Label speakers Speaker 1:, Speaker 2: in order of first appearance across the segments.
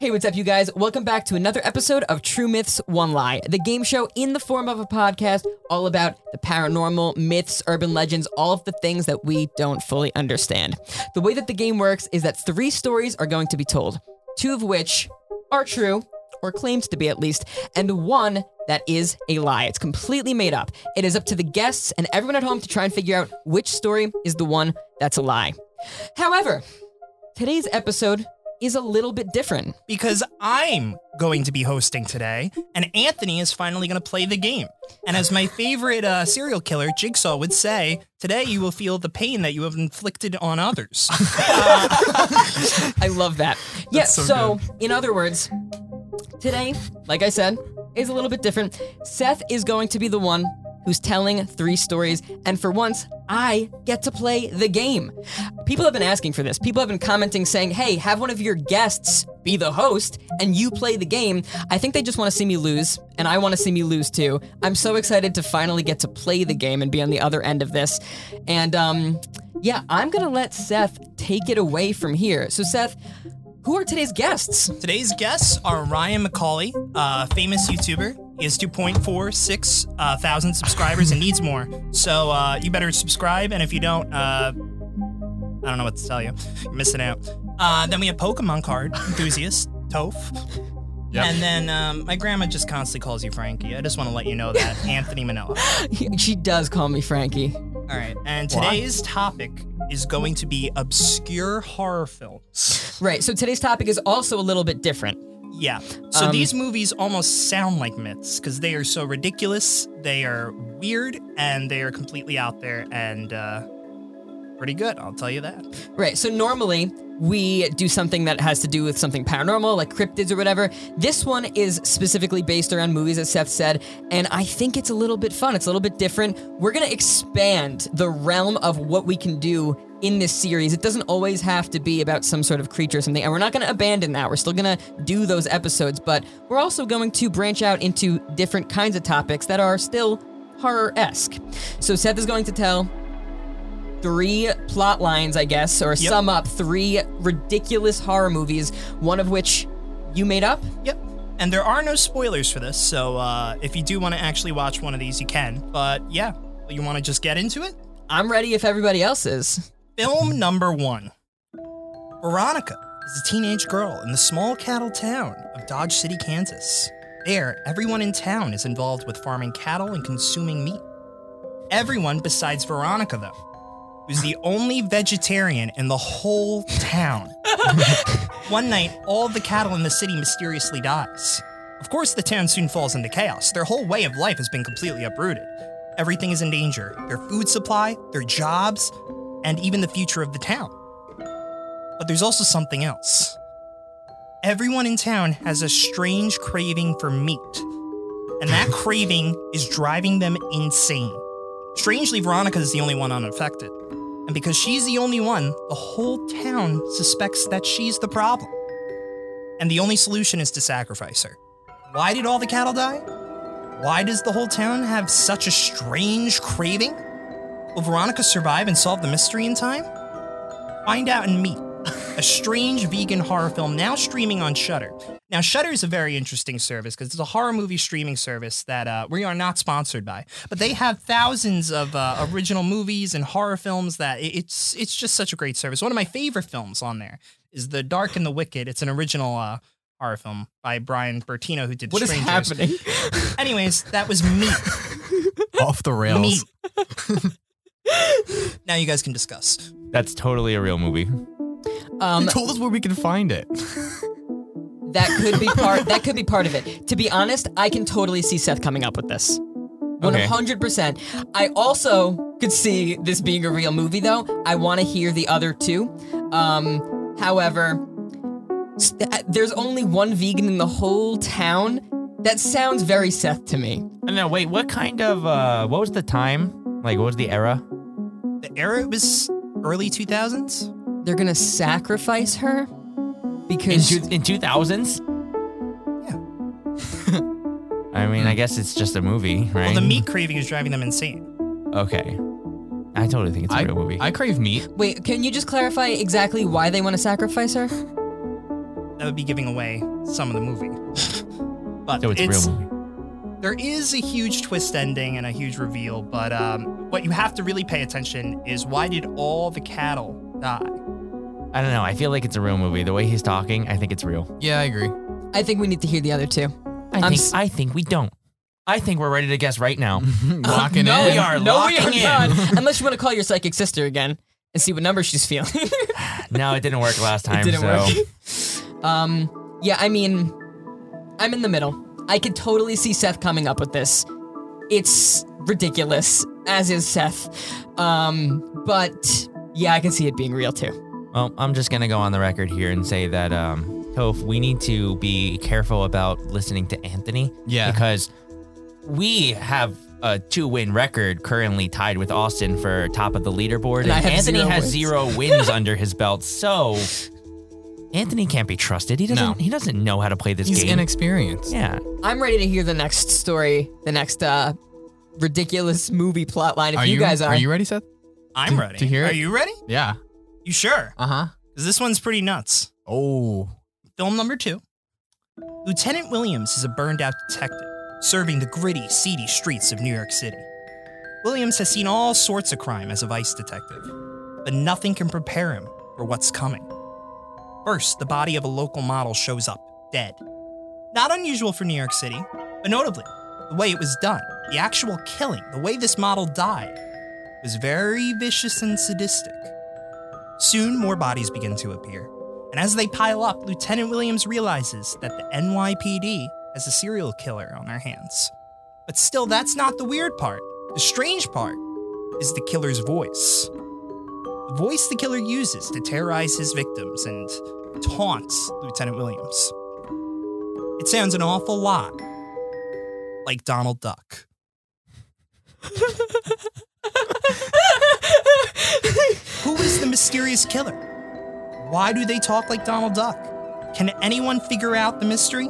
Speaker 1: Hey, what's up, you guys? Welcome back to another episode of True Myths, One Lie, the game show in the form of a podcast all about the paranormal, myths, urban legends, all of the things that we don't fully understand. The way that the game works is that three stories are going to be told, two of which are true, or claims to be at least, and one that is a lie. It's completely made up. It is up to the guests and everyone at home to try and figure out which story is the one that's a lie. However, today's episode is a little bit different.
Speaker 2: because I'm going to be hosting today, and Anthony is finally going to play the game. And as my favorite uh, serial killer, Jigsaw, would say, today you will feel the pain that you have inflicted on others.
Speaker 1: I love that. Yes.
Speaker 2: so
Speaker 1: so, in other words, today, like I said, is a little bit different. Seth is going to be the one who's telling three stories, and for once, I get to play the game. People have been asking for this. People have been commenting saying, hey, have one of your guests be the host and you play the game. I think they just want to see me lose, and I want to see me lose too. I'm so excited to finally get to play the game and be on the other end of this. And um, yeah, I'm going to let Seth take it away from here. So, Seth, who are today's guests?
Speaker 2: Today's guests are Ryan McCauley, a famous YouTuber. He has 2.46 uh, thousand subscribers and needs more. So uh, you better subscribe, and if you don't, uh, I don't know what to tell you. You're missing out. Uh, then we have Pokemon card enthusiast, Toph. And then um, my grandma just constantly calls you Frankie. I just want to let you know that. Anthony Manoa.
Speaker 1: She does call me Frankie.
Speaker 2: All right. And today's topic is going to be obscure horror films.
Speaker 1: Right. So today's topic is also a little bit different.
Speaker 2: Yeah. So these movies almost sound like myths because they are so ridiculous, they are weird, and they are completely out there and uh, pretty good. I'll tell you that.
Speaker 1: Right. So normally we do something that has to do with something paranormal, like cryptids or whatever. This one is specifically based around movies, as Seth said, and I think it's a little bit fun. It's a little bit different. We're going to expand the realm of what we can do in this series. It doesn't always have to be about some sort of creature or something, and we're not going to abandon that. We're still going to do those episodes, but we're also going to branch out into different kinds of topics that are still horror esque. So Seth is going to tell three plot lines, I guess, or sum up three ridiculous horror movies, one of which you made up.
Speaker 2: Yep. And there are no spoilers for this, so uh, if you do want to actually watch one of these, you can. But yeah, you want to just get into it?
Speaker 1: I'm ready if everybody else is.
Speaker 2: Film number one Veronica is a teenage girl in the small cattle town of Dodge City, Kansas. There, everyone in town is involved with farming cattle and consuming meat. Everyone besides Veronica, though, who's the only vegetarian in the whole town. One night, all the cattle in the city mysteriously dies. Of course, the town soon falls into chaos. Their whole way of life has been completely uprooted. Everything is in danger their food supply, their jobs, and even the future of the town. But there's also something else. Everyone in town has a strange craving for meat, and that craving is driving them insane. Strangely, Veronica is the only one unaffected. And because she's the only one, the whole town suspects that she's the problem. And the only solution is to sacrifice her. Why did all the cattle die? Why does the whole town have such a strange craving? Will Veronica survive and solve the mystery in time? Find out in Meat, a strange vegan horror film now streaming on Shudder. Now, Shudder is a very interesting service because it's a horror movie streaming service that uh, we are not sponsored by, but they have thousands of uh, original movies and horror films that it- it's it's just such a great service. One of my favorite films on there is The Dark and the Wicked. It's an original uh, horror film by Brian Bertino who did
Speaker 1: What is
Speaker 2: Strangers.
Speaker 1: happening?
Speaker 2: Anyways, that was Meat.
Speaker 3: off the rails.
Speaker 2: Meat. now you guys can discuss.
Speaker 3: That's totally a real movie.
Speaker 1: Um,
Speaker 3: you told us where we can find it.
Speaker 1: that could be part. That could be part of it. To be honest, I can totally see Seth coming up with this. One
Speaker 3: Okay.
Speaker 1: hundred percent. I also could see this being a real movie, though. I want to hear the other two. Um, however, s- uh, there's only one vegan in the whole town. That sounds very Seth to me.
Speaker 3: No, wait. What kind of? uh What was the time? Like, what was the era?
Speaker 2: The era was early 2000s.
Speaker 1: They're gonna sacrifice her
Speaker 3: In
Speaker 1: because
Speaker 3: two in two thousands.
Speaker 2: Yeah.
Speaker 3: I mean, I guess it's just a movie, right?
Speaker 2: Well, the meat craving is driving them insane.
Speaker 3: Okay. I totally think it's a
Speaker 4: I,
Speaker 3: real movie.
Speaker 4: I crave meat.
Speaker 1: wait, can you just clarify exactly why they want to sacrifice her?
Speaker 2: That would be giving away some of the movie. but
Speaker 3: so it's, a
Speaker 2: it's
Speaker 3: real movie.
Speaker 2: there is a huge twist ending and a huge reveal, but um, what you have to really pay attention is why did all the cattle die?
Speaker 3: I don't know. I feel like it's a real movie. The way he's talking, I think it's real.
Speaker 4: Yeah, I agree.
Speaker 1: I think we need to hear the other two.
Speaker 3: I
Speaker 1: I'm
Speaker 3: think
Speaker 1: s-
Speaker 3: I think we don't. I think we're ready to guess right now.
Speaker 4: Locking
Speaker 3: no,
Speaker 4: in.
Speaker 3: we are
Speaker 1: no, we are
Speaker 3: locking in.
Speaker 1: not. Unless you want to call your psychic sister again and see what number she's feeling.
Speaker 3: no, it didn't work last time.
Speaker 1: didn't
Speaker 3: so.
Speaker 1: um, yeah, I mean, I'm in the middle. I could totally see Seth coming up with this. It's ridiculous, as is Seth. Um, but yeah, I can see it being real too.
Speaker 3: Well, I'm just gonna go on the record here and say that, um, Toph, we need to be careful about listening to Anthony.
Speaker 4: Yeah.
Speaker 3: Because we have a two-win record currently tied with Austin for top of the leaderboard,
Speaker 1: And I have
Speaker 3: Anthony
Speaker 1: zero
Speaker 3: has
Speaker 1: wins.
Speaker 3: zero wins under his belt. So Anthony can't be trusted. He doesn't.
Speaker 4: No.
Speaker 3: He doesn't know how to play this
Speaker 4: He's
Speaker 3: game.
Speaker 4: inexperienced.
Speaker 3: yeah.
Speaker 1: I'm ready to hear the next story, the next uh, ridiculous movie plot line. If
Speaker 4: Are
Speaker 1: you, guys are,
Speaker 4: Are you ready, Seth?
Speaker 2: I'm
Speaker 4: To-
Speaker 2: ready.
Speaker 4: to hear
Speaker 2: Are
Speaker 4: it?
Speaker 2: you ready?
Speaker 4: Yeah.
Speaker 2: You sure?
Speaker 4: Uh huh.
Speaker 2: Because this one's pretty nuts.
Speaker 4: Oh.
Speaker 2: Film number two. Lieutenant Williams is a burned out detective serving the gritty, seedy streets of New York City. Williams has seen all sorts of crime as a vice detective, but nothing can prepare him for what's coming. First, the body of a local model shows up, dead. Not unusual for New York City, but notably, the way it was done, the actual killing, the way this model died, was very vicious and sadistic. Soon, more bodies begin to appear. And as they pile up, Lieutenant Williams realizes that the NYPD has a serial killer on their hands. But still, that's not the weird part. The strange part is the killer's voice. The voice the killer uses to terrorize his victims and taunts Lieutenant Williams. It sounds an awful lot like Donald Duck. Who is the mysterious killer? Why do they talk like Donald Duck? Can anyone figure out the mystery?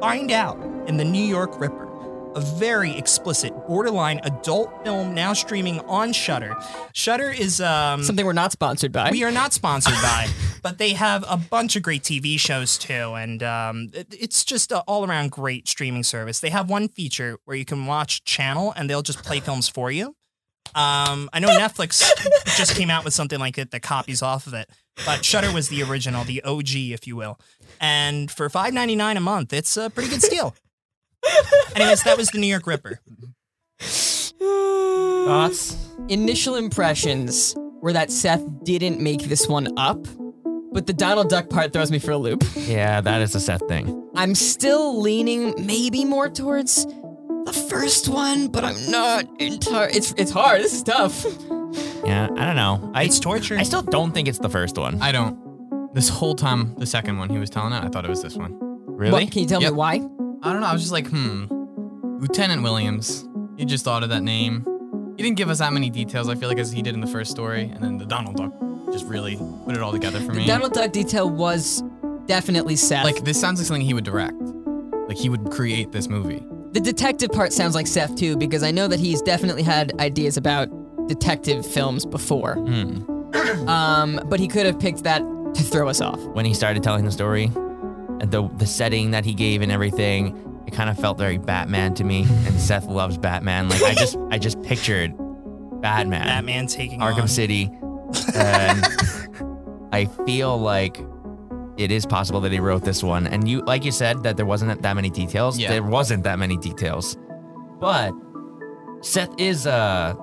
Speaker 2: Find out in The New York Ripper, a very explicit, borderline adult film now streaming on Shudder. Shudder is um
Speaker 1: something we're not sponsored by.
Speaker 2: we are not sponsored by, but they have a bunch of great TV shows too, and um, it- it's just an all-around great streaming service. They have one feature where you can watch channel, and they'll just play films for you. Um, I know Netflix just came out with something like it that copies off of it, but Shudder was the original, the OG, if you will. And for $5.99 a month, it's a pretty good steal. Anyways, that was the New York Ripper.
Speaker 3: Thoughts?
Speaker 1: initial impressions were that Seth didn't make this one up, but the Donald Duck part throws me for a loop.
Speaker 3: Yeah, that is a Seth thing.
Speaker 1: I'm still leaning maybe more towards the first one, but I'm not entire. It's it's hard. This is tough.
Speaker 3: Yeah, I don't know. I,
Speaker 2: It's torture.
Speaker 3: I still don't think it's the first one.
Speaker 4: I don't. This whole time, the second one he was telling it, I thought it was this one.
Speaker 3: really?
Speaker 1: What, can you tell
Speaker 4: Yep.
Speaker 1: me why?
Speaker 4: I don't know. I was just like, hmm. Lieutenant Williams. You just thought of that name. He didn't give us that many details. I feel like as he did in the first story, and then the Donald Duck just really put it all together for me.
Speaker 1: Donald Duck detail was definitely Seth.
Speaker 4: like this sounds like something he would direct. Like he would create this movie.
Speaker 1: the detective part sounds like Seth too, because I know that he's definitely had ideas about detective films before. um, but he could have picked that to throw us off.
Speaker 3: when he started telling the story and the the setting that he gave and everything, it kind of felt very Batman to me. And Seth loves Batman. Like I just I just pictured Batman,
Speaker 2: Batman taking
Speaker 3: Arkham
Speaker 2: on.
Speaker 3: City, and I feel like it is possible that he wrote this one. And you like you said that there wasn't that many details.
Speaker 4: Yeah.
Speaker 3: There wasn't that many details, but Seth is a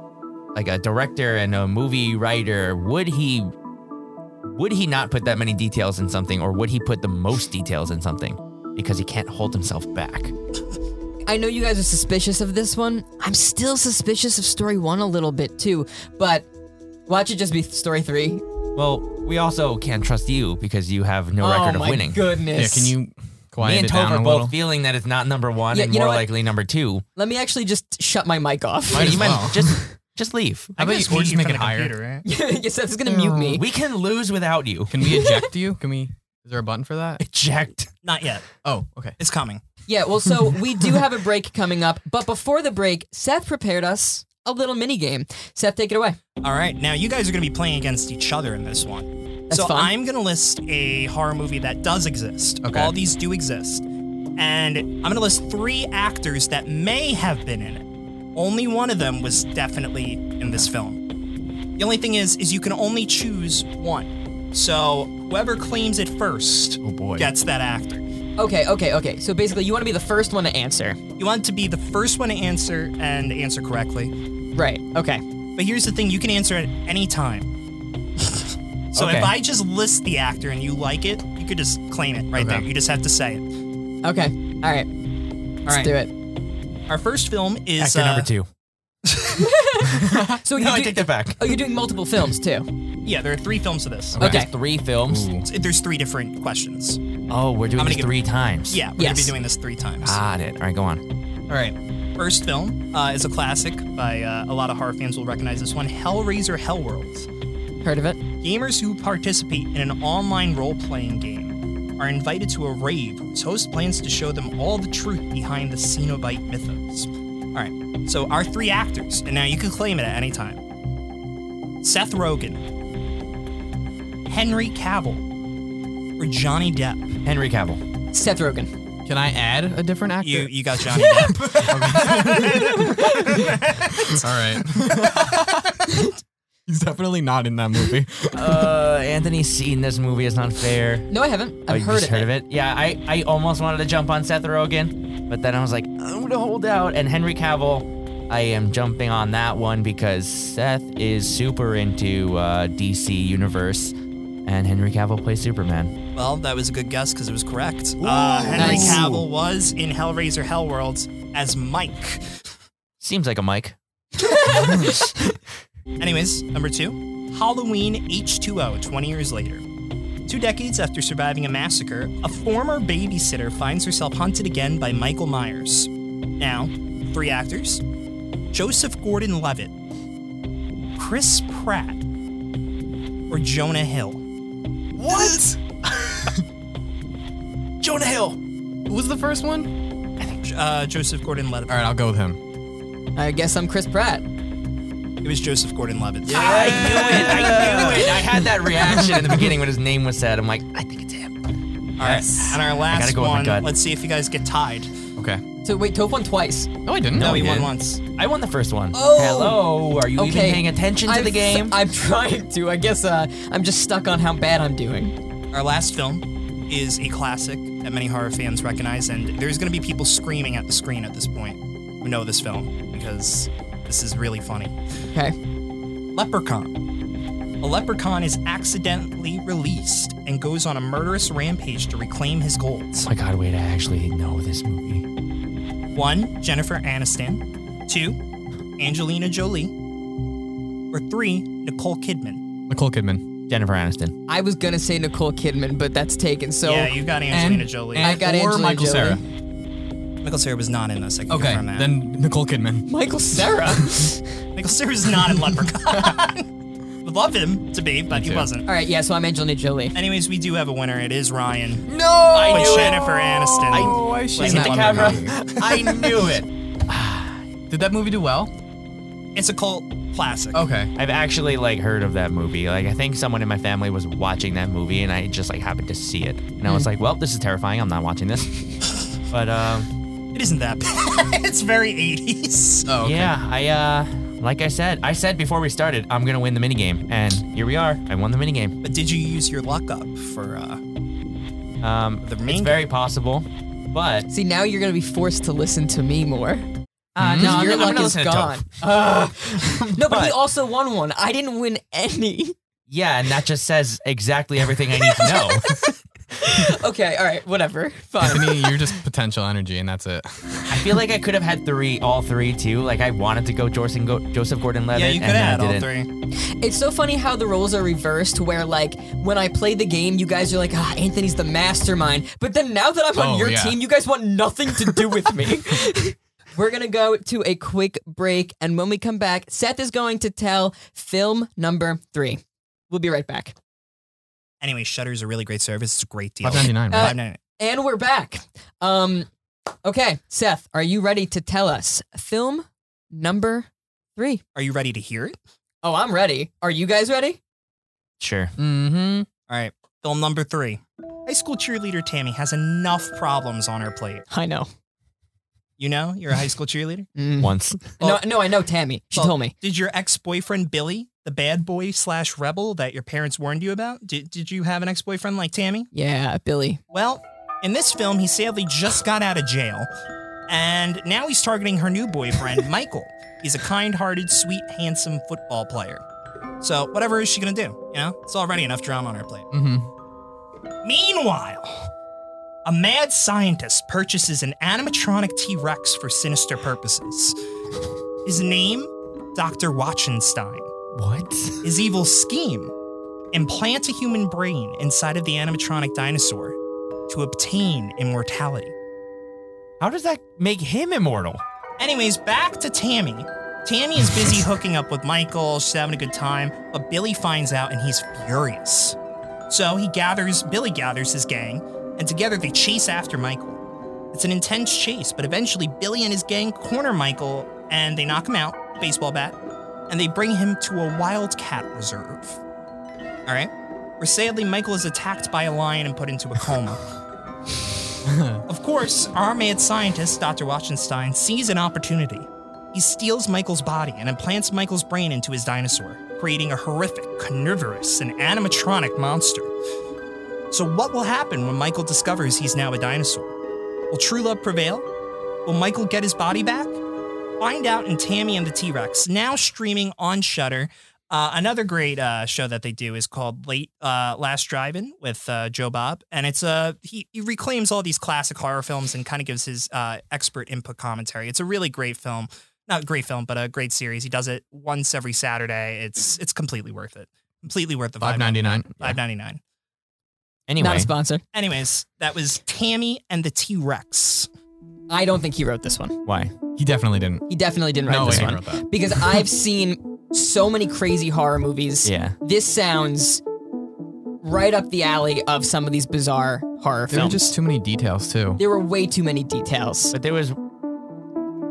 Speaker 3: like a director and a movie writer. Would he? Would he not put that many details in something, or would he put the most details in something? Because he can't hold himself back.
Speaker 1: I know you guys are suspicious of this one. I'm still suspicious of story one a little bit too, but watch it just be story three
Speaker 3: Well, we also can't trust you because you have no
Speaker 1: oh
Speaker 3: record of
Speaker 1: my
Speaker 3: winning.
Speaker 4: Yeah,
Speaker 1: goodness.
Speaker 4: can you
Speaker 3: Me
Speaker 4: quiet
Speaker 3: and
Speaker 4: it down
Speaker 3: Tove
Speaker 4: a
Speaker 3: are
Speaker 4: little?
Speaker 3: both feeling that it's not number one
Speaker 1: Yeah,
Speaker 3: and
Speaker 1: you know
Speaker 3: more
Speaker 1: what?
Speaker 3: likely number two.
Speaker 1: Let me actually just shut my mic off.
Speaker 4: Might as
Speaker 3: you might
Speaker 4: well.
Speaker 3: just just leave.
Speaker 4: How about
Speaker 2: guess
Speaker 4: you,
Speaker 2: we're
Speaker 4: we
Speaker 2: just
Speaker 4: just
Speaker 2: from
Speaker 4: make it
Speaker 2: the
Speaker 4: higher?
Speaker 2: computer, right?
Speaker 1: yes, that's gonna mute me.
Speaker 3: Oh, We can lose without you.
Speaker 4: Can we eject you? Can we? Is there a button for that?
Speaker 3: Eject.
Speaker 2: Not yet.
Speaker 4: Oh, okay.
Speaker 2: It's coming.
Speaker 1: Yeah, well, so we do have a break coming up, but before the break, Seth prepared us a little mini game. Seth, take it away.
Speaker 2: All right. Now you guys are going to be playing against each other in this one.
Speaker 1: That's
Speaker 2: so
Speaker 1: fun.
Speaker 2: I'm going to list a horror movie that does exist.
Speaker 4: Okay.
Speaker 2: All these do exist. And I'm going to list three actors that may have been in it. Only one of them was definitely in this film. The only thing is is you can only choose one. So whoever claims it first
Speaker 4: Oh, boy.
Speaker 2: gets that actor.
Speaker 1: Okay, okay, okay. So basically, you want to be the first one to answer.
Speaker 2: You want to be the first one to answer and answer correctly.
Speaker 1: Right, okay.
Speaker 2: But here's the thing you can answer at any time. so
Speaker 3: Okay.
Speaker 2: if I just list the actor and you like it, you could just claim it right
Speaker 4: Okay.
Speaker 2: there. You just have to say it.
Speaker 1: Okay, all right. All Let's
Speaker 2: right.
Speaker 1: do it.
Speaker 2: Our first film is
Speaker 3: Actor
Speaker 2: uh,
Speaker 3: number two.
Speaker 1: So you
Speaker 3: No,
Speaker 1: do-
Speaker 3: I take that back.
Speaker 1: Oh, you're doing multiple films too.
Speaker 2: Yeah, there are three films of this.
Speaker 1: Okay.
Speaker 3: There's three films.
Speaker 2: It's- There's three different questions.
Speaker 3: Oh, we're doing
Speaker 2: gonna
Speaker 3: this
Speaker 2: give-
Speaker 3: three times.
Speaker 2: Yeah, we're gonna be
Speaker 1: Yes.
Speaker 2: doing this three times.
Speaker 3: Got it. All right, go on.
Speaker 4: All right.
Speaker 2: First film uh, is a classic by uh, a lot of horror fans will recognize this one: Hellraiser Hellworld.
Speaker 1: Heard of it?
Speaker 2: Gamers who participate in an online role playing game are invited to a rave whose host plans to show them all the truth behind the Cenobite mythos. All right, so our three actors, and now you can claim it at any time Seth Rogen, Henry Cavill, or Johnny Depp.
Speaker 3: Henry Cavill.
Speaker 1: Seth Rogen.
Speaker 4: Can I add a different actor?
Speaker 2: You, you got Johnny Depp.
Speaker 4: All right. He's definitely not in that movie.
Speaker 3: Uh, Anthony's seen this movie. It's not fair.
Speaker 1: No, I haven't.
Speaker 3: Oh,
Speaker 1: I've
Speaker 3: you
Speaker 1: heard,
Speaker 3: just
Speaker 1: of,
Speaker 3: heard
Speaker 1: it.
Speaker 3: of it. Yeah, I, I almost wanted to jump on Seth Rogen, but then I was like, I'm gonna hold out. And Henry Cavill, I am jumping on that one because Seth is super into uh, DC universe, and Henry Cavill plays Superman.
Speaker 2: Well, that was a good guess because it was correct. Uh, Henry
Speaker 1: Nice.
Speaker 2: Cavill was in Hellraiser Hellworld as Mike.
Speaker 3: Seems like a mic.
Speaker 2: Anyways, number two Halloween H2O 20 years later. Two decades after surviving a massacre, a former babysitter finds herself hunted again by Michael Myers. Now, three actors Joseph Gordon Levitt, Chris Pratt, or Jonah Hill.
Speaker 4: What?
Speaker 3: Jonah Hill.
Speaker 4: Who was the first one?
Speaker 2: Uh, Joseph Gordon Levitt.
Speaker 4: All right, I'll go with him.
Speaker 1: I guess I'm Chris Pratt.
Speaker 2: It was Joseph Gordon Levitt.
Speaker 3: I knew it. I knew it. I had that reaction in the beginning when his name was said. I'm like, I think it's him.
Speaker 2: All right.
Speaker 3: Yes.
Speaker 2: And our
Speaker 3: I
Speaker 2: last
Speaker 3: gotta go with my
Speaker 2: one.
Speaker 3: gut.
Speaker 2: Let's see if you guys get tied.
Speaker 4: Okay.
Speaker 1: So wait, Toph won twice.
Speaker 4: No, I didn't.
Speaker 2: No, he
Speaker 3: we
Speaker 2: won
Speaker 3: didn't.
Speaker 2: once.
Speaker 3: I won the first one.
Speaker 1: Oh.
Speaker 3: Hello. Are you
Speaker 1: Okay.
Speaker 3: even paying attention to
Speaker 1: I'm
Speaker 3: the
Speaker 1: s-
Speaker 3: game?
Speaker 1: I'm trying to. I guess uh, I'm just stuck on how bad I'm doing.
Speaker 2: Our last film is a classic that many horror fans recognize, and there's going to be people screaming at the screen at this point who know this film because this is really funny.
Speaker 1: Okay.
Speaker 2: Leprechaun. A leprechaun is accidentally released and goes on a murderous rampage to reclaim his gold.
Speaker 3: oh my god, wait, I actually know this movie.
Speaker 2: One, Jennifer Aniston. Two, Angelina Jolie. Or three, Nicole Kidman.
Speaker 4: Nicole Kidman.
Speaker 3: Jennifer Aniston.
Speaker 1: I was gonna say Nicole Kidman, but that's taken. So
Speaker 2: yeah, you got Angelina
Speaker 4: and-
Speaker 2: Jolie.
Speaker 1: I got
Speaker 4: or
Speaker 1: Angelina
Speaker 4: Michael
Speaker 1: Jolie.
Speaker 4: Cera.
Speaker 2: Michael Cera was not in this. I can
Speaker 4: Okay,
Speaker 2: confirm that.
Speaker 4: then Nicole Kidman.
Speaker 1: Michael Sarah.
Speaker 2: Michael Cera's not in Leprechaun. Would love him to be, but he
Speaker 4: too.
Speaker 2: wasn't.
Speaker 1: All right, yeah. So I'm Angelina Jolie.
Speaker 2: Anyways, we do have a winner. It is Ryan.
Speaker 4: No! I
Speaker 2: With Jennifer Aniston.
Speaker 4: I should
Speaker 2: Hit the
Speaker 3: camera.
Speaker 4: I knew it. Did that movie do well?
Speaker 2: It's a cult classic.
Speaker 4: Okay.
Speaker 3: I've actually like heard of that movie. Like I think someone in my family was watching that movie and I just like happened to see it. And I was
Speaker 2: Hmm.
Speaker 3: like, well, this is terrifying. I'm not watching this. but um
Speaker 2: It isn't that bad. it's very 80s.
Speaker 4: Oh, okay.
Speaker 3: yeah, I uh like I said, I said before we started, I'm gonna win the minigame. And here we are. I won the minigame.
Speaker 2: But did you use your luck up for uh
Speaker 3: Um
Speaker 2: the
Speaker 3: it's
Speaker 2: main?
Speaker 3: very possible. But
Speaker 1: See, now you're gonna be forced to listen to me more. Uh,
Speaker 3: No, I'm
Speaker 1: your
Speaker 3: gonna- I'm
Speaker 1: luck
Speaker 3: gonna
Speaker 1: is
Speaker 3: listen to
Speaker 1: gone. Ugh. no, but, he
Speaker 3: But-
Speaker 1: also won one. I didn't win any.
Speaker 3: yeah, and that just says exactly everything I need to know.
Speaker 1: okay, all right, whatever. Fine.
Speaker 4: Anthony, you're just potential energy, and that's it.
Speaker 3: I feel like I could have had three, all three too. Like I wanted to go Joseph, Go- Joseph Gordon-Levitt.
Speaker 2: Yeah, you
Speaker 3: and
Speaker 2: could have
Speaker 3: then I
Speaker 2: had all
Speaker 3: didn't.
Speaker 2: three.
Speaker 1: It's so funny how the roles are reversed, where like when I play the game, you guys are like, ah, Anthony's the mastermind. But then now that I'm on
Speaker 4: Oh,
Speaker 1: your
Speaker 4: yeah.
Speaker 1: team, you guys want nothing to do with me. We're going to go to a quick break. And when we come back, Seth is going to tell film number three. We'll be right back.
Speaker 2: Anyway, Shudder is a really great service. It's a great deal.
Speaker 4: Five ninety nine.
Speaker 2: Five ninety nine.
Speaker 1: And we're back. Um, okay, Seth, are you ready to tell us film number three?
Speaker 2: Are you ready to hear it?
Speaker 1: Oh, I'm ready. Are you guys ready?
Speaker 3: Sure.
Speaker 4: Mm-hmm.
Speaker 2: All right. Film number three. High school cheerleader Tammy has enough problems on her plate.
Speaker 1: I know.
Speaker 2: You know, you're a high school cheerleader.
Speaker 1: Mm.
Speaker 3: Once.
Speaker 1: No,
Speaker 2: Well-
Speaker 1: no, I know Tammy. She
Speaker 2: Well,
Speaker 1: told me.
Speaker 2: Did your ex boyfriend Billy, the bad boy slash rebel that your parents warned you about, did, did you have an ex boyfriend like Tammy?
Speaker 1: Yeah, Billy.
Speaker 2: Well, in this film, he sadly just got out of jail, and now he's targeting her new boyfriend, Michael. He's a kind hearted, sweet, handsome football player. So, whatever is she gonna do? You know, it's already enough drama on her plate.
Speaker 4: Mm-hmm.
Speaker 2: Meanwhile, a mad scientist purchases an animatronic T Rex for sinister purposes. His name, Dr. Watchenstein.
Speaker 3: What?
Speaker 2: His evil scheme implant a human brain inside of the animatronic dinosaur to obtain immortality.
Speaker 3: How does that make him immortal?
Speaker 2: Anyways, back to Tammy. Tammy is busy hooking up with Michael, she's having a good time, but Billy finds out and he's furious. So he gathers, Billy gathers his gang, and together they chase after Michael. It's an intense chase, but eventually Billy and his gang corner Michael and they knock him out, with a baseball bat, and they bring him to a wildcat reserve. All right? Where sadly Michael is attacked by a lion and put into a coma. Of course, our mad scientist, Dr. Wachenstein, sees an opportunity. He steals Michael's body and implants Michael's brain into his dinosaur, creating a horrific, carnivorous, and animatronic monster. So, what will happen when Michael discovers he's now a dinosaur? Will true love prevail? Will Michael get his body back? Find out in Tammy and the T Rex, now streaming on Shudder. Uh, another great uh, show that they do is called Late uh, Last Drive-In with uh, Joe Bob, and it's uh, he, he reclaims all these classic horror films and kind of gives his uh, expert input commentary. It's a really great film, not a great film, but a great series. He does it once every Saturday. It's it's completely worth it. Completely worth the
Speaker 4: Five ninety nine.
Speaker 2: Five ninety nine.
Speaker 1: Not
Speaker 3: Anyway,
Speaker 1: a sponsor.
Speaker 2: Anyways, that was Tammy and the T Rex.
Speaker 1: I don't think he wrote this one.
Speaker 3: why?
Speaker 4: He definitely didn't.
Speaker 1: He definitely didn't write
Speaker 4: No
Speaker 1: this
Speaker 4: way he
Speaker 1: one.
Speaker 4: wrote that.
Speaker 1: Because I've seen so many crazy horror movies.
Speaker 3: Yeah.
Speaker 1: This sounds right up the alley of some of these bizarre horror
Speaker 4: There were
Speaker 1: films.
Speaker 4: just too many details too.
Speaker 1: there were way too many details.
Speaker 3: But there was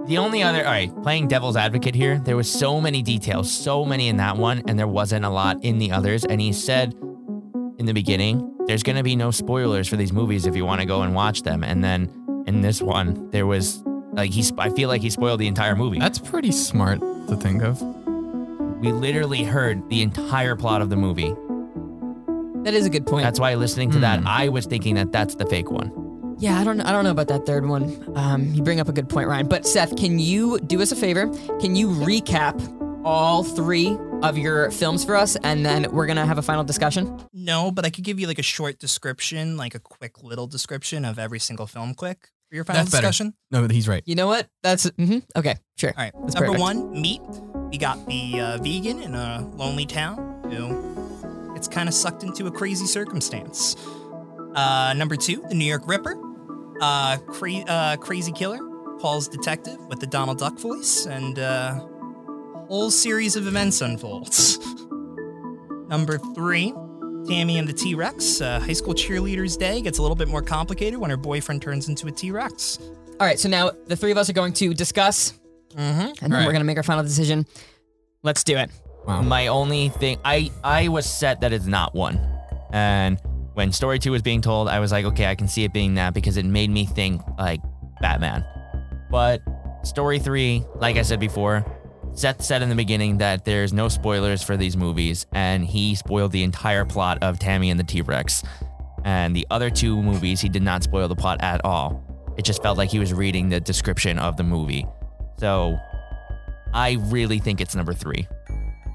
Speaker 3: the only other. All right, playing devil's advocate here. There was so many details, so many in that one, and there wasn't a lot in the others. And he said in the beginning, "There's going to be no spoilers for these movies if you want to go and watch them." And then in this one, there was like he's. I feel like he spoiled the entire movie.
Speaker 4: That's pretty smart to think of.
Speaker 3: we literally heard the entire plot of the movie.
Speaker 1: That is a good point.
Speaker 3: That's why listening to that,
Speaker 4: Hmm.
Speaker 3: I was thinking that that's the fake one.
Speaker 1: Yeah, I don't I don't know about that third one. Um, you bring up a good point, Ryan. But Seth, can you do us a favor? Can you recap all three of your films for us, and then we're gonna have a final discussion?
Speaker 2: No, but I could give you like a short description, like a quick little description of every single film, quick for your final
Speaker 4: That's better.
Speaker 2: discussion.
Speaker 4: No, he's right.
Speaker 1: You know what? That's hmm okay. Sure.
Speaker 2: All right.
Speaker 1: That's
Speaker 2: Number
Speaker 1: perfect.
Speaker 2: one, meat. We got the uh, vegan in a lonely town who gets kind of sucked into a crazy circumstance. Uh, number two, the New York Ripper. Uh, cra- uh, crazy killer calls detective with the Donald Duck voice, and uh, whole series of events unfolds. number three, Tammy and the T Rex. Uh, high school cheerleaders' day gets a little bit more complicated when her boyfriend turns into a T Rex.
Speaker 1: All right. So now the three of us are going to discuss,
Speaker 2: Mm-hmm.
Speaker 1: and then
Speaker 4: All right.
Speaker 1: we're gonna make our final decision. Let's do it.
Speaker 4: Wow.
Speaker 3: My only thing, I I was set that it's not one, and when story two was being told, I was like, okay, I can see it being that because it made me think like Batman. But story three, like I said before, Seth said in the beginning that there's no spoilers for these movies, and he spoiled the entire plot of Tammy and the T Rex. And the other two movies, he did not spoil the plot at all. It just felt like he was reading the description of the movie. So I really think it's number three.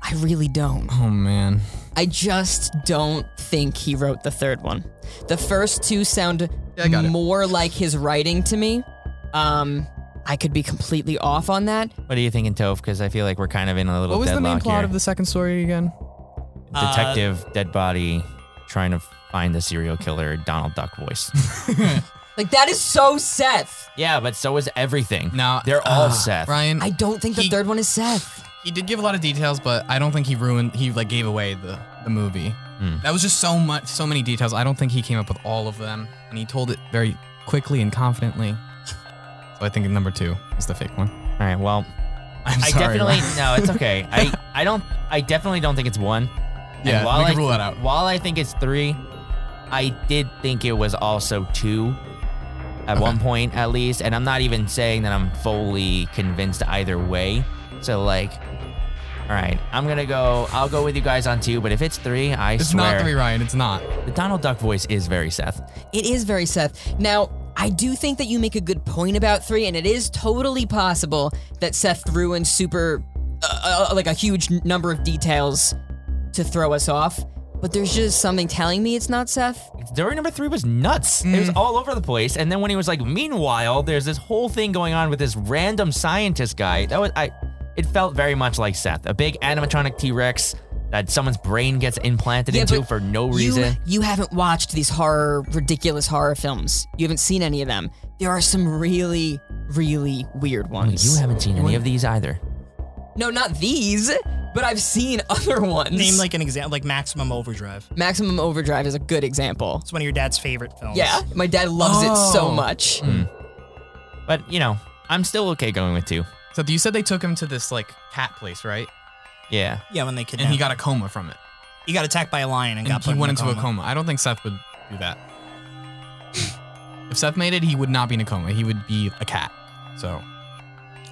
Speaker 1: I really don't.
Speaker 4: Oh man.
Speaker 1: I just don't think he wrote the third one. The first two sound
Speaker 4: Yeah, I got it.
Speaker 1: more like his writing to me. Um, I could be completely off on that.
Speaker 3: What are you thinking, Toph? Because I feel like we're kind of in a little
Speaker 4: What was the
Speaker 3: deadlock
Speaker 4: main plot
Speaker 3: here.
Speaker 4: of the uh, second story again?
Speaker 3: Detective, dead body, trying to find the serial killer, Donald Duck voice.
Speaker 1: Like that is so Seth.
Speaker 3: yeah, but so is everything.
Speaker 4: No,
Speaker 3: they're all
Speaker 4: uh,
Speaker 3: Seth.
Speaker 4: Ryan,
Speaker 1: I don't think the
Speaker 4: He-
Speaker 1: third one is Seth.
Speaker 4: he did give a lot of details, but I don't think he ruined. He like gave away the the movie. That was just so much, so many details. I don't think he came up with all of them, and he told it very quickly and confidently. So I think number two is the fake one.
Speaker 3: All right, well,
Speaker 4: I'm
Speaker 3: I
Speaker 4: sorry.
Speaker 3: definitely
Speaker 4: Ryan.
Speaker 3: no, it's okay. I I don't I definitely don't think it's one. And
Speaker 4: Yeah,
Speaker 3: while
Speaker 4: we can
Speaker 3: I-
Speaker 4: rule that out.
Speaker 3: While I think it's three, I did think it was also two at one point at least, and I'm not even saying that I'm fully convinced either way. So like, all right, I'm gonna go. I'll go with you guys on two, but if it's three, I
Speaker 4: It's
Speaker 3: swear
Speaker 4: not three, Ryan. It's not.
Speaker 3: the Donald Duck voice is very Seth.
Speaker 1: It is very Seth. Now, I do think that you make a good point about three, and it is totally possible that Seth threw in super, uh, uh, like a huge n- number of details to throw us off. But there's just something telling me it's not Seth.
Speaker 3: Story number three was nuts. It
Speaker 1: Mm.
Speaker 3: was all over the place. And then when he was like, meanwhile, there's this whole thing going on with this random scientist guy. That was I it felt very much like Seth. A big animatronic T-Rex that someone's brain gets implanted into
Speaker 1: but
Speaker 3: for no
Speaker 1: you-
Speaker 3: reason.
Speaker 1: You, haven't watched these horror, ridiculous horror films. You haven't seen any of them. There are some really, really weird ones.
Speaker 3: You haven't seen any of these either.
Speaker 1: No, not these, but I've seen other ones.
Speaker 2: Name like an example, like Maximum Overdrive.
Speaker 1: Maximum Overdrive is a good example.
Speaker 2: It's one of your dad's favorite films.
Speaker 1: Yeah, my dad loves it so
Speaker 4: Oh.
Speaker 1: much.
Speaker 3: But you know, I'm still okay going with two.
Speaker 4: So you said they took him to this like cat place, right?
Speaker 3: Yeah.
Speaker 2: Yeah, when they
Speaker 4: And
Speaker 2: kidnapped.
Speaker 4: he got a coma from it.
Speaker 2: he got attacked by a lion and,
Speaker 4: And
Speaker 2: got
Speaker 4: he
Speaker 2: put
Speaker 4: went
Speaker 2: in
Speaker 4: into a coma. I don't think Seth would do that. if Seth made it, he would not be in a coma. He would be a cat. So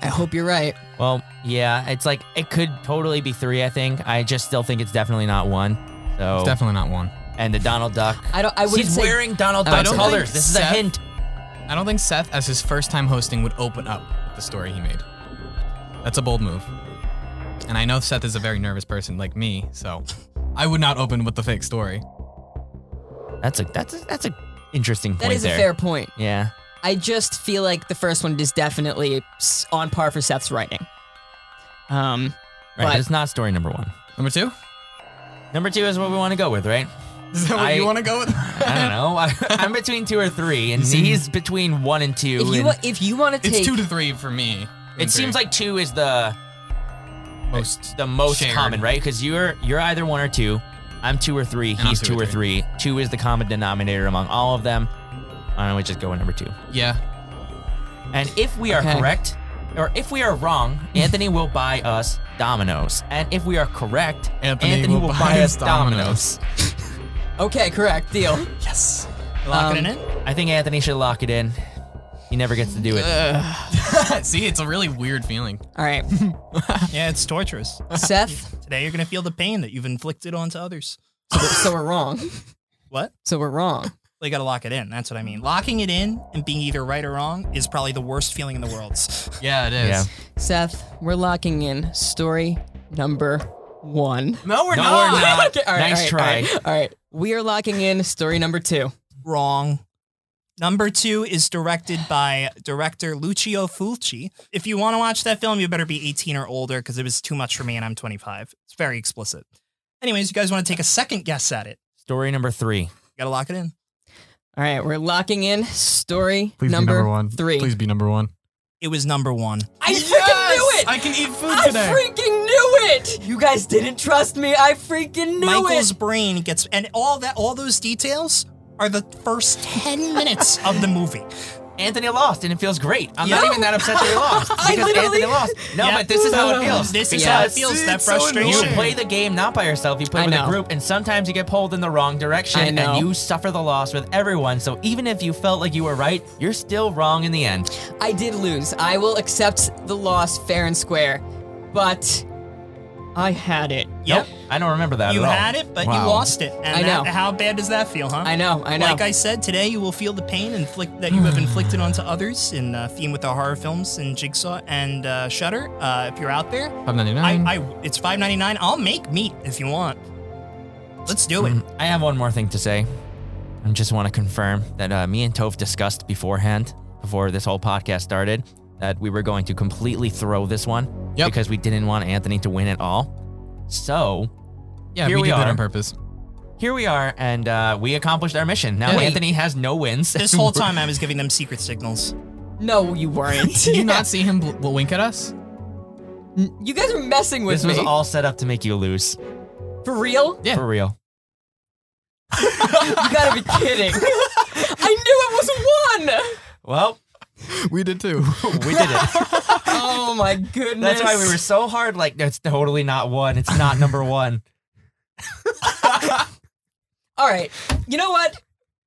Speaker 1: I hope you're right.
Speaker 3: Well, yeah, it's like it could totally be three, I think. I just still think it's definitely not one. So
Speaker 4: it's definitely not one.
Speaker 3: and the Donald Duck.
Speaker 1: I don't. I wouldn't
Speaker 3: He's
Speaker 1: say.
Speaker 3: wearing Donald
Speaker 1: I don't
Speaker 3: Duck
Speaker 1: think
Speaker 3: colors. This is a
Speaker 4: Seth-
Speaker 3: hint.
Speaker 4: I don't think Seth, as his first time hosting, would open up with the story he made. That's a bold move. And I know Seth is a very nervous person like me, so I would not open with the fake story.
Speaker 3: That's a that's a, that's a interesting point
Speaker 1: that is
Speaker 3: there.
Speaker 1: a fair point.
Speaker 3: yeah.
Speaker 1: I just feel like the first one is definitely s- on par for Seth's writing. Um,
Speaker 3: Right, but
Speaker 1: But-
Speaker 3: it's not story number one.
Speaker 4: Number two?
Speaker 3: Number two is what we want to go with, right?
Speaker 4: Is that what
Speaker 3: I-
Speaker 4: you want to go with?
Speaker 3: I don't know. I, I'm between two or three,
Speaker 4: Mm-hmm.
Speaker 3: and he's between one and two.
Speaker 1: if you
Speaker 3: and
Speaker 1: wa- if you want to
Speaker 4: it's
Speaker 1: take
Speaker 4: two to three for me.
Speaker 3: it seems like two is the
Speaker 4: most.
Speaker 3: the most
Speaker 4: Shared.
Speaker 3: common, right? Because you're you're either one or two. I'm two or three.
Speaker 4: I'm
Speaker 3: he's
Speaker 4: two
Speaker 3: two
Speaker 4: or
Speaker 3: or three. Two is the common denominator among all of them. Why don't we just go with number two?
Speaker 4: Yeah.
Speaker 3: And if we are
Speaker 1: Okay.
Speaker 3: correct, or if we are wrong, Anthony will buy us dominoes. And if we are correct,
Speaker 4: Anthony will buy us dominoes.
Speaker 1: okay, correct deal.
Speaker 2: Yes. You Locking it in.
Speaker 3: I think Anthony should lock it in. He never gets to do it.
Speaker 4: See, it's a really weird feeling.
Speaker 1: All right,
Speaker 2: Yeah, it's torturous.
Speaker 1: Seth.
Speaker 2: Today you're gonna feel the pain that you've inflicted onto others.
Speaker 1: So, we're- so we're wrong.
Speaker 2: What?
Speaker 1: So we're wrong.
Speaker 2: They gotta lock it in. That's what I mean. Locking it in and being either right or wrong is probably the worst feeling in the world.
Speaker 4: Yeah, it is.
Speaker 3: Yeah.
Speaker 1: Seth, we're locking in story number one.
Speaker 4: No, we're
Speaker 3: No,
Speaker 4: not.
Speaker 3: we're not.
Speaker 1: Okay, all right,
Speaker 3: nice
Speaker 1: all
Speaker 3: try.
Speaker 1: right, All right, all right. we are locking in story number two.
Speaker 2: wrong. Number two is directed by director Lucio Fulci. If you want to watch that film, you better be 18 or older because it was too much for me and I'm 25. It's very explicit. Anyways, you guys want to take a second guess at it?
Speaker 3: Story number three.
Speaker 2: Gotta lock it in.
Speaker 1: All right, we're locking in story number, three.
Speaker 4: be number one.
Speaker 2: It was number one.
Speaker 1: I freaking knew it.
Speaker 4: I can eat food
Speaker 1: I
Speaker 4: today.
Speaker 1: freaking knew it! You guys didn't trust me. I freaking knew
Speaker 2: Michael's
Speaker 1: it.
Speaker 2: brain gets, and all that, all those details are the first 10 minutes of the movie.
Speaker 3: Anthony lost, and it feels great. I'm not
Speaker 1: Yeah.
Speaker 3: even that upset that he lost
Speaker 1: I
Speaker 3: because
Speaker 1: literally-
Speaker 3: Anthony lost. No,
Speaker 2: Yeah.
Speaker 3: but this is how it feels.
Speaker 2: This is
Speaker 3: Because
Speaker 2: how it feels. That
Speaker 4: It's so
Speaker 2: frustration.
Speaker 3: You
Speaker 4: annoying.
Speaker 3: play the game not by yourself. You play
Speaker 1: I
Speaker 3: with
Speaker 1: know.
Speaker 3: a group, and sometimes you get pulled in the wrong direction,
Speaker 1: I know.
Speaker 3: and you suffer the loss with everyone. So even if you felt like you were right, you're still wrong in the end.
Speaker 1: I did lose. I will accept the loss fair and square, but I had it.
Speaker 2: Yep.
Speaker 3: Nope, I don't remember that
Speaker 2: You
Speaker 3: at all.
Speaker 2: had it, but
Speaker 3: Wow.
Speaker 2: you lost it. And
Speaker 1: I
Speaker 2: that-
Speaker 1: know.
Speaker 2: how bad does that feel, huh?
Speaker 1: I know, I know.
Speaker 2: Like I said, today you will feel the pain inflict- that you have inflicted onto others in uh, theme with the horror films and Jigsaw and uh, Shudder. Uh, if you're out there,
Speaker 1: Mm.
Speaker 4: Five ninety
Speaker 2: I,
Speaker 4: nine.
Speaker 2: I it's five ninety nine. I'll make meat if you want. Let's do
Speaker 1: Mm.
Speaker 2: it.
Speaker 3: I have one more thing to say. I just want to confirm that uh, me and Tove discussed beforehand, before this whole podcast started, that we were going to completely throw this one
Speaker 4: Yep.
Speaker 3: because we didn't want Anthony to win at all. So
Speaker 4: Yeah,
Speaker 3: Here
Speaker 4: we,
Speaker 3: we
Speaker 4: did that
Speaker 3: are.
Speaker 4: on purpose.
Speaker 3: here we are, and uh, we accomplished our mission. Now
Speaker 2: Wait.
Speaker 3: Anthony has no wins.
Speaker 2: This whole time I was giving them secret signals.
Speaker 1: No, you weren't.
Speaker 4: Did you not see him bl- wink at us?
Speaker 1: you guys are messing with
Speaker 3: this was
Speaker 1: me.
Speaker 3: all set up to make you lose.
Speaker 1: For real?
Speaker 4: Yeah.
Speaker 3: For real.
Speaker 1: You gotta be kidding. I knew it was
Speaker 3: Well,
Speaker 4: We did too.
Speaker 3: we did it.
Speaker 1: one. Oh my goodness.
Speaker 3: That's why we were so hard. Like, that's totally not one. It's not number one.
Speaker 1: All right. You know what?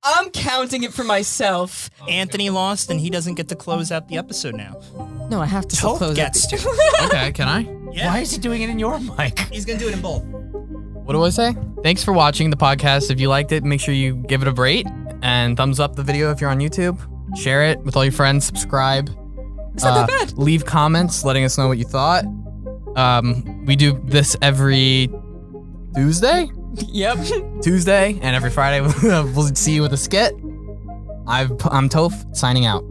Speaker 1: I'm counting it for myself.
Speaker 2: Anthony lost, and he doesn't get to close out the episode now.
Speaker 1: No, I have to still
Speaker 2: Toph
Speaker 1: close
Speaker 2: gets
Speaker 1: it.
Speaker 2: to.
Speaker 4: okay, can I?
Speaker 2: Yeah.
Speaker 3: Why is he doing it in your mic?
Speaker 2: He's gonna do it in both.
Speaker 4: What do I say? Thanks for watching the podcast. If you liked it, make sure you give it a rate and thumbs up the video if you're on YouTube. Share it with all your friends. Subscribe.
Speaker 1: It's not that
Speaker 4: Uh,
Speaker 1: bad.
Speaker 4: Leave comments letting us know what you thought. Um, we do this every Tuesday,
Speaker 1: Yep.
Speaker 4: Tuesday, and every Friday. we'll see you with a skit. I've, I'm Toph signing out.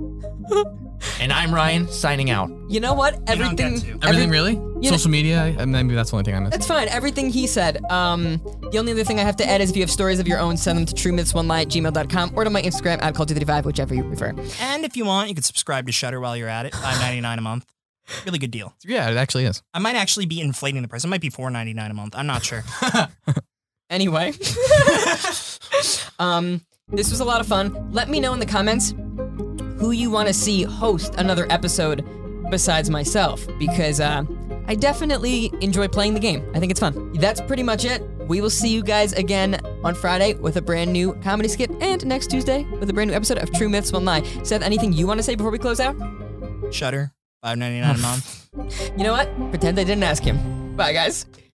Speaker 3: And I'm Ryan, signing out.
Speaker 1: You know what?
Speaker 2: You don't
Speaker 1: Everything.
Speaker 2: get to.
Speaker 4: Everything
Speaker 1: every-
Speaker 4: really?
Speaker 1: Yeah.
Speaker 4: Social media? And maybe that's the only thing I missed.
Speaker 1: That's fine. Everything he said. Um, the only other thing I have to add is if you have stories of your own, send them to truemythsonelight at gmail.com or to my Instagram at call235, whichever you prefer.
Speaker 2: And if you want, you could subscribe to Shutter while you're at it. Five ninety nine a month. Really good deal.
Speaker 4: Yeah, it actually is.
Speaker 2: I might actually be inflating the price. It might be four ninety nine a month. I'm not sure.
Speaker 1: Anyway, um, this was a lot of fun. Let me know in the comments who you want to see host another episode besides myself because uh, I definitely enjoy playing the game. I think it's fun. That's pretty much it. We will see you guys again on Friday with a brand new comedy skit and next Tuesday with a brand new episode of True Myths One Lie. Seth, anything you want to say before we close out?
Speaker 2: Shutter. Five ninety nine a month.
Speaker 1: You know what? Pretend I didn't ask him. Bye, guys.